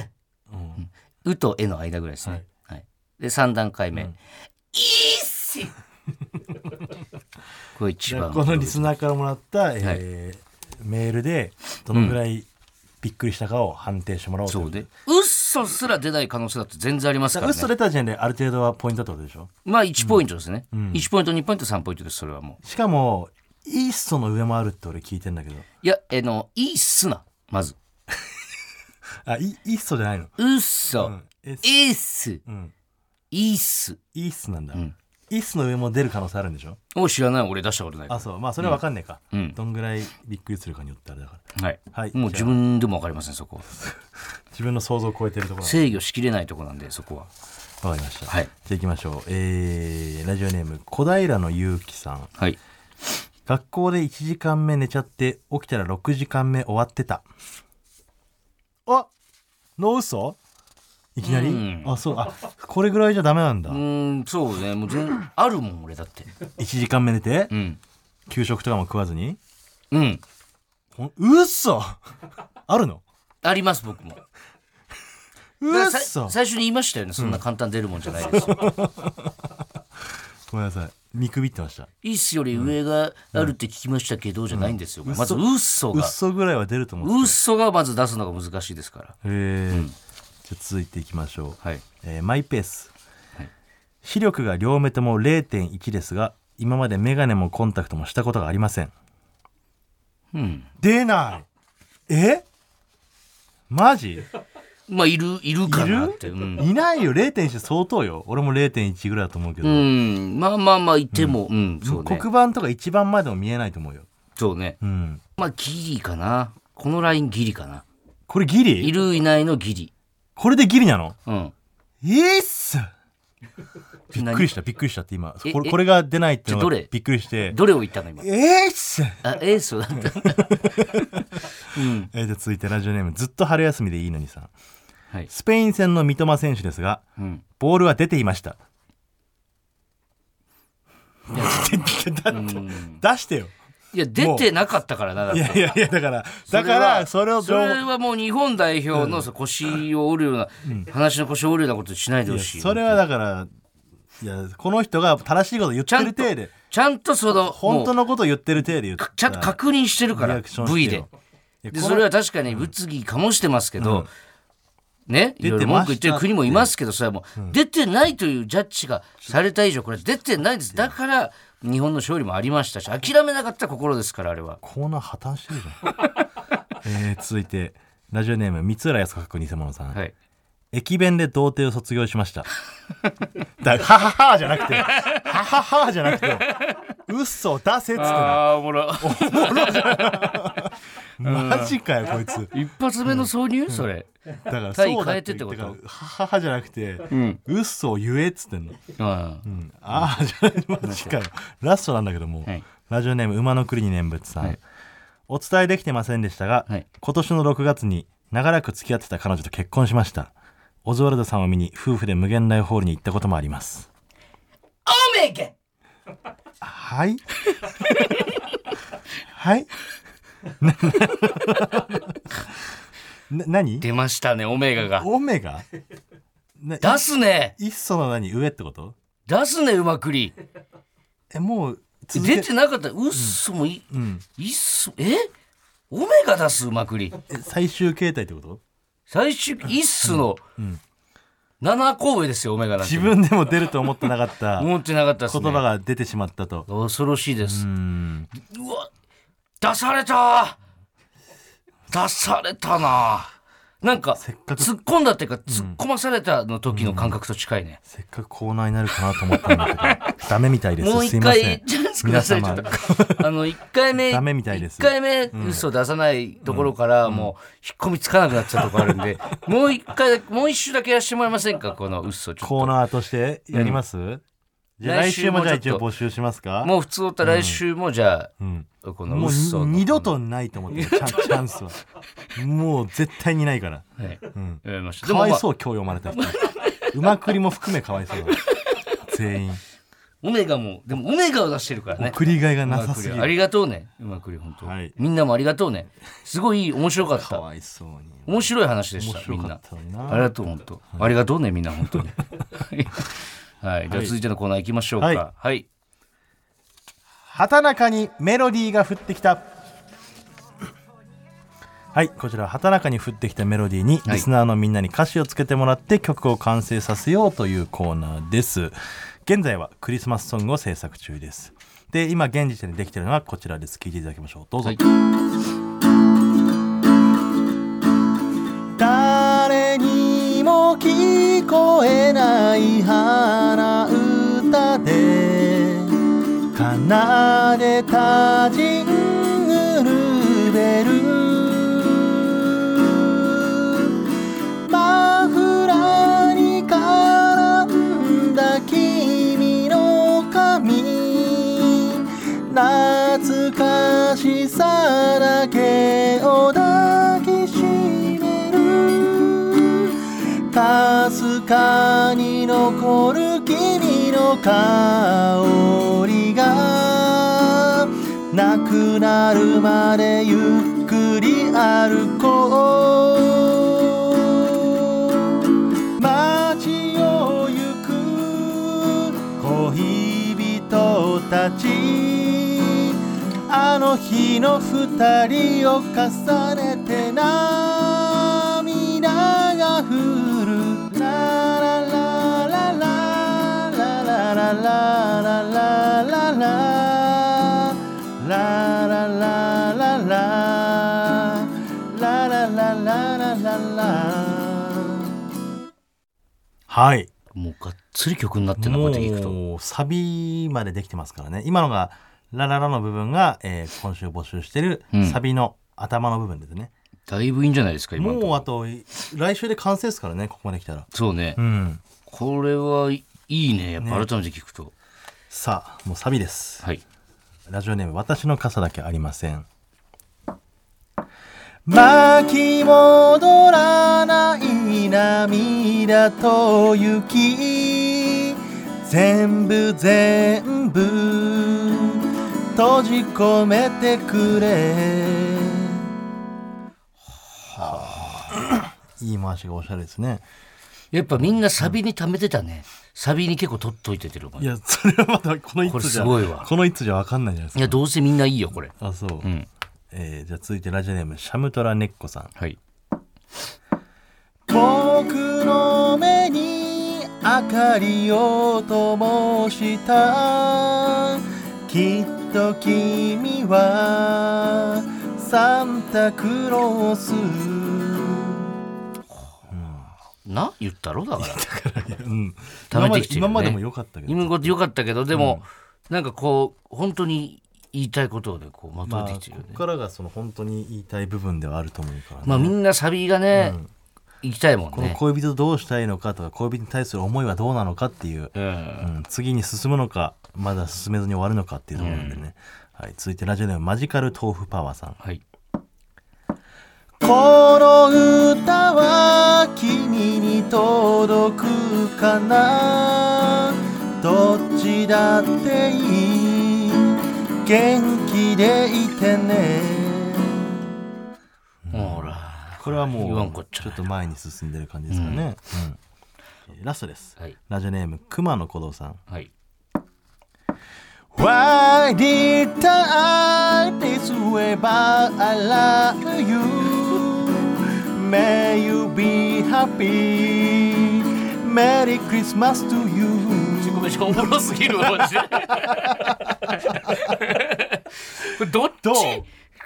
うんうとえの間ぐらいですね。はい。で、三段階目。いいっ すこれ一じゃあ番。このリスナーからもらった、えーメールでどのぐらいびっくりしたかを判定してもらおうといそうで。うっそすら出ない可能性だって全然ありますだかかららウソね。出た時点である程度はポイントだってことでしょまあ1ポイントですね。1ポイント、2ポイント、3ポイントです、それはもう。しかもイーストの上もあるって俺聞いてんだけどいや、えの、いいっすな、まず。あイイーストじゃないのうっそ、えいいっす、んいいっす。イーストなんだ、イーストの上も出る可能性あるんでしょもう知らない、俺出したことないかあそうまあそれは分かんねえか、んどんぐらいびっくりするかによってあれだからら。はい。はいもうじ自ゃあ分でもわかりません、そこは。自分の想像を超えてるところ制御しきれないとこなんで、そこは。わかりました、はいじゃあ行きましょうえー、ラジオネーム小平のゆうきさんはい。学校で1時間目寝ちゃって起きたら6時間目終わってたあノーウソいきなり、あそうあこれぐらいじゃダメなんだ、うーん、そうね。もう 全、あるもん、俺だって。 1時間目寝て、うん。給食とかも食わずにうん。ほんうっそあるのあります、僕も。うっさそ最初に言いましたよね。そんな簡単に出るもんじゃないですよ。ごめんなさい見くびってましたいいっすより上があるって聞きましたけど、じゃないんですよ。まず、うっそうっが。そぐらいは出ると思ってうっそがまず出すのが難しいですから。たへえ、じゃあ続いていきましょうはい。えーマイペース、視力が両目とも0.1ですが今まで眼鏡もコンタクトもしたことがありませんうん。出ないえマジまあ、いる、いるかなって。うん。いないよ0.1相当よ俺も0.1ぐらいだと思うけど、うん、まあまあまあいても、うん、そうね。黒板とか一番前でも見えないと思うよそうね。うんまあギリかな。このラインギリかな。これギいリるいないのギリ。これでギリなのうん。えっすび何っくりしたびっくりしたって今えこれえこれが出ないってのどがれびっくりしてどれを言ったの今。えっすあ、えー、 そうだった。えーじゃあ続いてラジオネームずっと春休みでいいのにさんはい。スペイン戦の三笘選手ですが、うん。ボールは出ていました。だって 出してよ。いや、出てなかったからな。だっいてやいやいや、だから、それだはから、それをそどうれはもう日本代表のそう腰を折るような、話の腰を折るようなことしないでほしい。それはだから、いや、この人が正しいこと言ってる体で、ちゃんとその、本当もうのこと言ってる体で言ったちゃんと確認してるかリらアクション、して V よで。いやでこのそれは確かに物議かもしてますけど、ねいろい出てましたろ文句言ってる国もいますけどそれはもう、出てないというジャッジがされた以上これ出てないですだから日本の勝利もありましたし諦めなかった心ですからあれはコーナー破綻してるじゃん。 えー続いて、ラジオネーム、三浦康子偽物さん。はい駅弁で童貞を卒業しました。 だはははじゃなくて、はははじゃなくて、嘘出せっつってなああおもろマジかよ、こいつ。一発目の挿入、それだから、体そうだ変えっててって言っこてとから、はははじゃなくて、嘘を言えっつってんの。あーうんああ、じゃない、マジかよ。ラストなんだけどもはい、ラジオネーム、馬の国に念仏さはんい。お伝えできてませんでしたがはい、今年の6月に長らく付き合ってた彼女と結婚しました。オズワルドさんを見に夫婦で無限大ホールに行ったこともあります。オメガはいはいなな何出ましたねオメガがオメガな出すねいっその何上ってこと出すねうまくりえもう続け出てなかったうっそもい、んいっそえオメガ出すうまくりえ最終形態ってこと最終一種の7個上ですよオメガなんて自分でも出ると思ってなかった言思ってなかったです葉ねが出てしまったと恐ろしいですうんうわ出された出されたななんかせっかく突っ込んだっていうか突っ込まされたの時の感覚と近いねせっかくコーナーになるかなと思ったんだけど ダメみたいですもうすい一ません回チャンスくださいちょっと皆あの一回目ダメみたいです一回目嘘出さないところからもう引っ込みつかなくなっちゃうとこあるんで もう一回もう一周だけやらせてもらえませんかこの嘘ちょっコーとナーとしてやります、じゃあ来来週週ももじゃあ一ちょ応っと募集しますかもう普通と来週もじゃあうんこのもう嘘の二度とないと思ってるチャンチャンスはもう絶対にないからはいんやりましたでかもわいまあそう今日読まれた人うまくりも含めかわいそうだ全員オメガもでもオメガを出してるからね送りがいがうまなさくすりぎあるりがとうねうまくり本当、はいみんなもありがとうねすごい面白かっかたわいそうに面白い話でした面白みんかなったのにあなりがとう本当、ありがとうねみんな本当にはいじゃあ続いてのコーナー行きましょうかはいはい畑中にメロディーが降ってきたはいこちら畑中に降ってきたメロディーにいリスナーのみんなに歌詞をつけてもらって曲を完成させようというコーナーです現在はクリスマスソングを制作中ですで今現時点でできているのはこちらです聞いていただきましょうどうぞ、はい誰にも聞こえない花歌で奏でたジングルベルマフラーに絡んだ君の髪懐かしさだけを抱きしめるかすかに残る君の香りがなくなるまでゆっくり歩こう街を行く恋人たちあの日の二人を重ねて涙が降るララララララララララララララララララララララはいもうがっつり曲になってるなこうやって聞くともうサビまでできてますからね今のが「ラララ」の部分が、えー今週募集してるうんサビの頭の部分ですね、だいぶいいんじゃないですか今のともうこあと来週で完成ですからねここまで来たらそうね、うんこれはいいねやっぱ改めて聞くと、さあもうサビですはいラジオネーム私の傘だけありません巻き戻らない涙と雪全部全部閉じ込めてくれいい回しがおしゃれですねやっぱみんなサビに貯めてたねサビに結構取っといててるお前いやそれはまだこの一これ通じすゃごいわこの一通じゃ分かんないじゃないですいやかどうせみんないいよこれあそう、うんえーじゃあ続いてラジオネームシャムトラネッコさんはい僕の目に明かりを灯したきっと君はサンタクロースな言ったろだからうん貯めてきてる、ね、今まで今までも良かったけど今まで良かったけどでも、なんかこう本当に言いたいことをねこうまとまめあてこきてるよねこ、からがその本当に言いたい部分ではあると思うからね、まあ、みんなサビがね、行きたいもこんのね。恋人どうしたいのかとか恋人に対する思いはどうなのかっていう、うんうん、次に進むのかまだ進めずに終わるのかっていうところなんでね、はい、続いてラジオネームマジカル豆腐パワーさんはい。この歌は君に届くかなどっちだっていい元気でいてねほら。これは言もわんこっうちゃちなょいっと前に進んでる感じですかね、うんラストです、はいラジオネーム熊野古道さんはい。 Why did I this way but I love you? May you be happy. Merry Christmas to you. ごめん、おもろすぎるわ、マジで。これどっちどうこ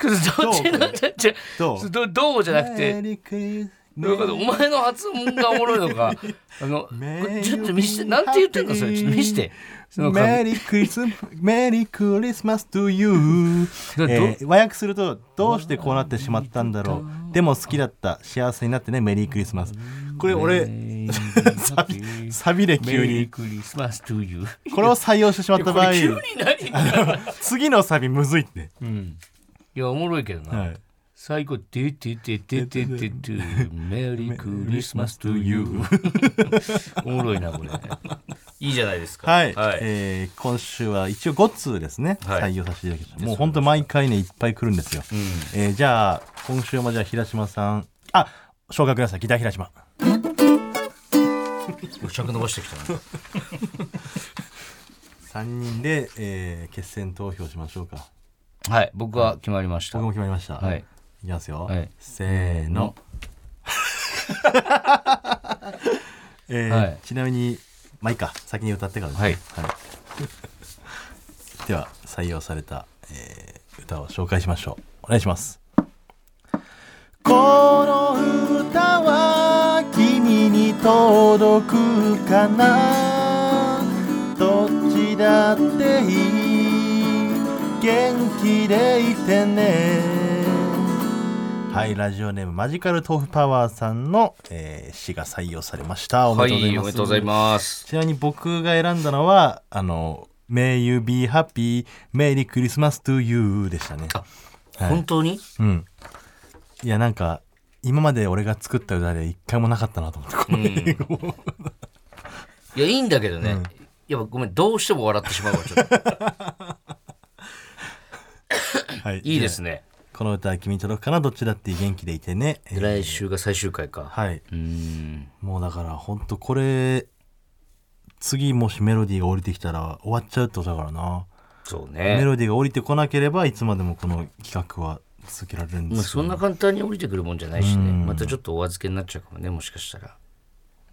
れどっちなんだっちどどうどどうじゃなくて、 Merry Christmas. なんかお前の発音がおもろいのか。あの、 May これちょっと you 見して、 be なんて言ってんのそれ、ちょっと見して。その紙 Merry Christmas, Merry Christmas to you、どえー和訳するとどうしてこうなってしまったんだろうでも好きだった幸せになってねメリークリスマスこれ俺サビサビで急メリーにクリスマス to you。これを採用してしまったこ場合れ急に何次のサビむずいって、いや、おもろいけどな。はい、最後、てゥてゥてゥてゥてゥてゥメリークリスマストゥユー。おもろいな、これ。いいじゃないですか。はい、はい。えー今週は一応5通ですね、はい採用させていただきましたもう本当毎回ねいっぱい来るんですよ、えーじゃあ今週もじゃあ平島さんあ紹介くださいギター平島尺伸ばしてきたな。 3人で、えー決選投票しましょうかはい。僕は決まりました僕。も決まりました、はい、きますよ、はいせーの、えーはいちなみにまあいいか先に歌ってからです、はいはい では採用された、えー歌を紹介しましょうお願いしますこの歌は君に届くかなどっちだっていい元気でいてねはいラジオネームマジカル豆腐パワーさんの、えー詩が採用されましたおめはでとうございい。ます,、おめでとうございます。ちなみに僕が選んだのはあの「May you be happy Merry Christmas to you」でしたねあはい本当にうん。いや、なんか、今まで俺が作った歌で一回もなかったなと思って、この英語をいや、いいんだけどね。やっぱごめん、どうしても笑ってしまうわ、ちょっと。はいいいですね。ね。この歌は君に届くかな、どっちだって元気でいてね。えー来週が最終回か。はい。うーん。もうだから、ほんとこれ、次もしメロディーが降りてきたら終わっちゃうってことだからな。そうメね。ロディーが降りてこなければ、いつまでもこの企画は続けられるんでまあ、すよそんな簡単に降りてくるもんじゃないしね。またちょっとお預けになっちゃうかもね、もしかしたら。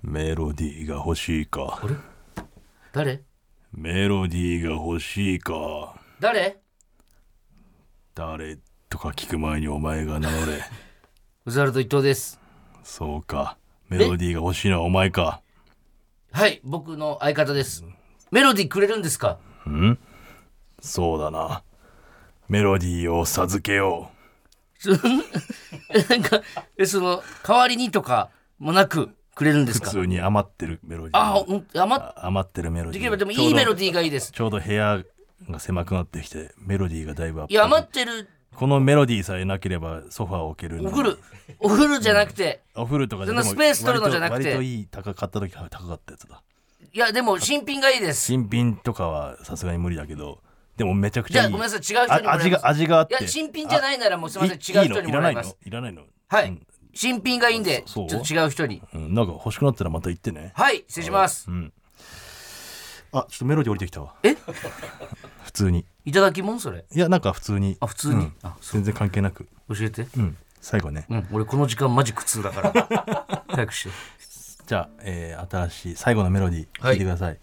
メロディーが欲しいか。誰メロディーが欲しいか。誰誰とか聞く前にお前が名乗れ。ウザルド伊藤です。そうか。メロディーが欲しいのはお前か。はい、僕の相方です。メロディーくれるんですか そうだな。メロディーを授けよなんか、えその、代わりにとかもなくくれるんですう。か普通に余ってるメロディー。あ、うん、余っあ余ってるメロディでー。きればでもいいメロィー。ディーがいいです。ちょうど部屋が狭くなってきて、メロディーがだいぶアップいや、余ってる、このメロディーさえなければソファーを置けるのに。お風呂、お風呂じゃなくて、お風呂とかでそんなでもスペース取るのじゃなくて割と割といい、高かった時は高かったやつだ。いや、でも新品がいいです。新品とかはさすがに無理だけど、でもめちゃくちじゃゃいあ、い。ごめんなさい、違う人にもらいあます。味が、味があっいて。や、新品じゃないならもうすすみません、違う人にもらいいまのす。いらないのいらないのはい、うん新品がいいんで、ちそうょっと違う人に。うん、なんか欲しくなったらまた行ってね。はい、失礼します。あ、ちょっとメロディー降りてきたわ。え普通に。いただきもんそれ。いや、なんか普通に。あ、普通に。あ、全然関係なく。教えて。うん。最後ね。うん、俺この時間マジ苦痛だから。 早くして。じゃあ、えー新しい最後のメロディー、は聞いいてください。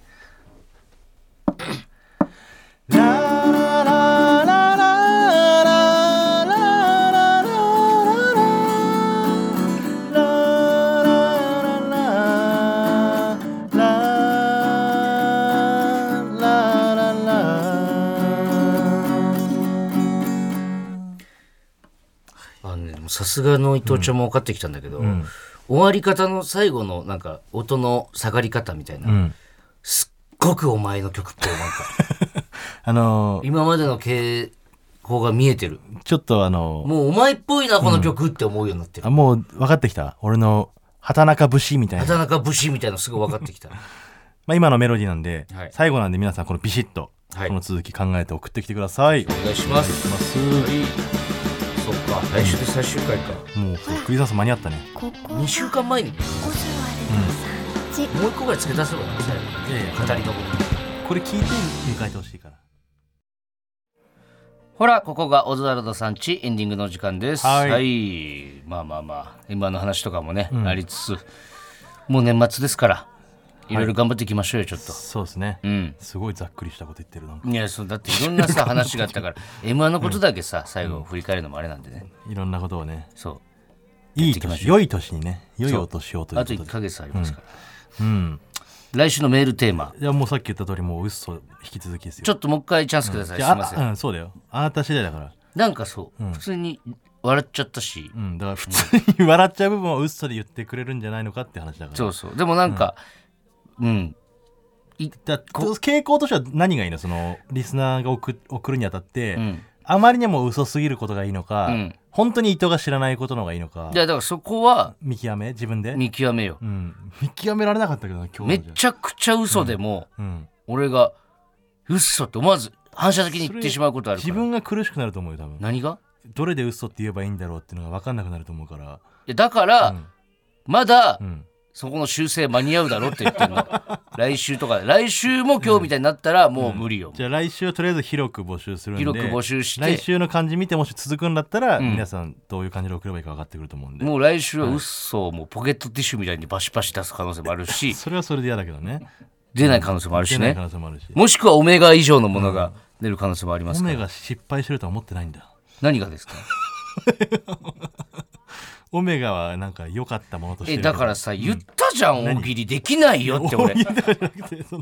あのね、でもさすがの伊藤ちゃんも分かってきたんだけど、終わり方の最後のなんか音の下がり方みたいな、んすっごくお前の曲っぽいなんかあのー今までの傾向が見えてるちょっとあのーもうお前っぽいなこの曲って思うようになってる、あもう分かってきた俺の畑中節みたいな畑中武士みたいなのすぐ分かってきたまあ、今のメロディーなんで、はい最後なんで皆さんこのビシッと、はいこの続き考えて送ってきてくださいお願いしますはいそっか来週で最終回かもうそうクリスマス間に合ったねここ2週間前にもこそあればさう1個ぐらい付け出せばいいの最後いやいや語りの部分これ聞いて迎えてほしいからほら、ここがオズワルドさんちエンディングの時間です。ははいい。まあまあまあ、今の話とかもね、ありつつ、もう年末ですから、いろいろ頑張っていきましょうよ、ちょっと。そうですね、うん。すごいざっくりしたこと言ってるなんかいや、そう、だって いろんなさ、話があったから、M1 のことだけさ、最後振り返るのもあれなんでね。いろんなことをねそいいっていきましょ年う良い年にね良いお年をとう。いあうとこ1とでヶ月ありますから。うん来週のメールテーマ、いやもうさっき言った通りもう嘘引き続きですよちょっともう一回チャンスください。いすやいません。あうんそうだよあなた次第だからなんかそう、普通に笑っちゃったし、うんだから普通に笑っちゃう部分を嘘で言ってくれるんじゃないのかって話だからそうそう。でもなんか、うん、だ傾向としては何がいいのそのリスナーが送送るにあたって、んあまりにも嘘すぎることがいいのか、ん本当に伊藤が知らないことの方がいいのかいやだからそこは見極め自分で、見極めよううん、見極められなかったけどな今日のめじゃちゃくちゃ嘘でも、うん、俺が嘘って思わず反射的に言ってしまうことあるか自ら分が苦しくなると思うよ多分何がどれで嘘って言えばいいんだろうっていうのが分かんなくなると思うからいやだから、うんまだ、うんそこの修正間に合うだろって言って んの来週とか来週も今日みたいになったらもう無理よ、じゃあ来週はとりあえず広く募集するんで広く募集して来週の感じ見てもし続くんだったら、皆さんどういう感じで送ればいいか分かってくると思うんでもう来週は嘘をもうポケットティッシュみたいにバシバシ出す可能性もあるしそれはそれで嫌だけどね出ない可能性もある出しないね可能性もあるしもしくはオメガ以上のものが出る可能性もありますオかメらガ失敗してるとは思ってないんだ何 がですかオメガはなんか良かったものとしてえるけどだからさ言ったじゃん大喜利できないよって俺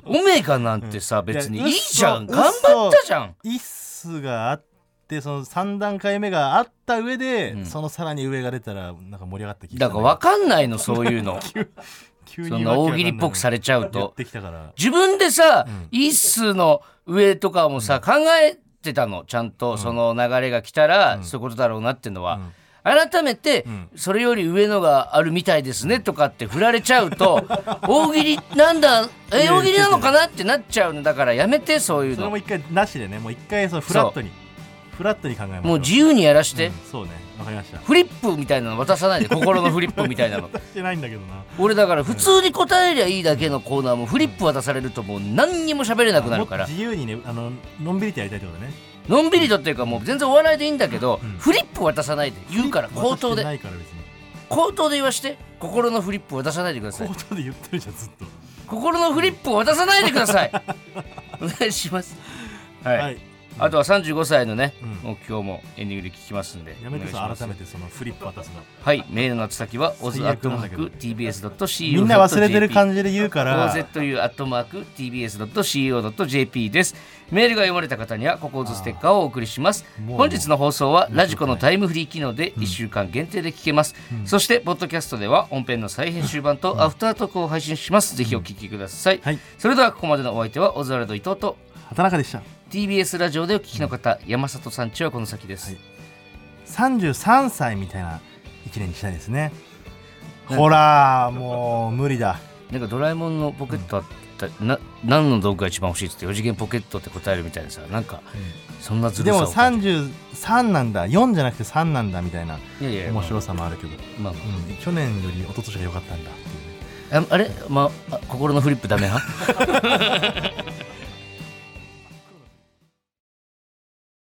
オメガなんてさ別にいいじゃんいや嘘頑張ったじゃん一数があってその3段階目があった上で、んそのさらに上が出たらなんか盛り上がってきだから分かんないのそういうの 急そんな大喜利っぽくされれちゃうやとってきたから自分でさ、一数の上とかもさ、考えてたのちゃんとその流れが来たら、そういうことだろうなってのは、改めて、それより上のがあるみたいですねとかって振られちゃ うと大喜利なんだえ大喜利なのかなってなっちゃうのだからやめてそういうそれもの一回なしでねもう一回そのフラットにフラットに考えましょうもう自由にやらして、うんそうねわかりましたフリップみたいなの渡さないで心のフリップみたいなの してないんだけどな俺だから普通に答えりゃいいだけのコーナーもフリップ渡されるともう何にも喋れなくなるからもっと自由にねあののんびりとやりたいってことねのんびりとっていうかもう全然お笑いでいいんだけど、フリップ渡さないで言うから口頭渡してなでいから別に口頭で言わして心のフリップ渡さないでください口頭で言ってるじゃんずっと心のフリップ渡さないでく ださいお願いしますはい、はいあとは35歳のね、うん目標もエンディングで聞きますんでやめてお願いさします改めてそのフリップ渡すのはいメールの宛先は o z 最悪なんだけど t b s c o みんな忘れてる感じで言うから oz.tbs.co.jp です。メールが読まれた方には、ここをずステッカーをお送りしますあー。もう本日の放送は、ラジコのタイムフリー機能で1週間限定で聞けます。そして、ポッドキャストでは、本編の再編集版とアフタートークを配信します。ぜひお聞きください。はいそれでは、ここまでのお相手は、オズワルド伊藤と、畑中でした TBS ラジオでお聞きの方、山里さんちはこの先です。はい33歳みたいな一年にしたいですねほらもう無理だなんかドラえもんのポケットあった、な何の道具が一番欲しいっつって4次元ポケットって答えるみたいなさなんかそんなずでるさをも感じ33なんだ4じゃなくて3なんだみたいないやいや面白さもあるけど、まあまうん、去年より一昨年が良かったんだっていうねあああれ、まあ、あ心のフリップダメな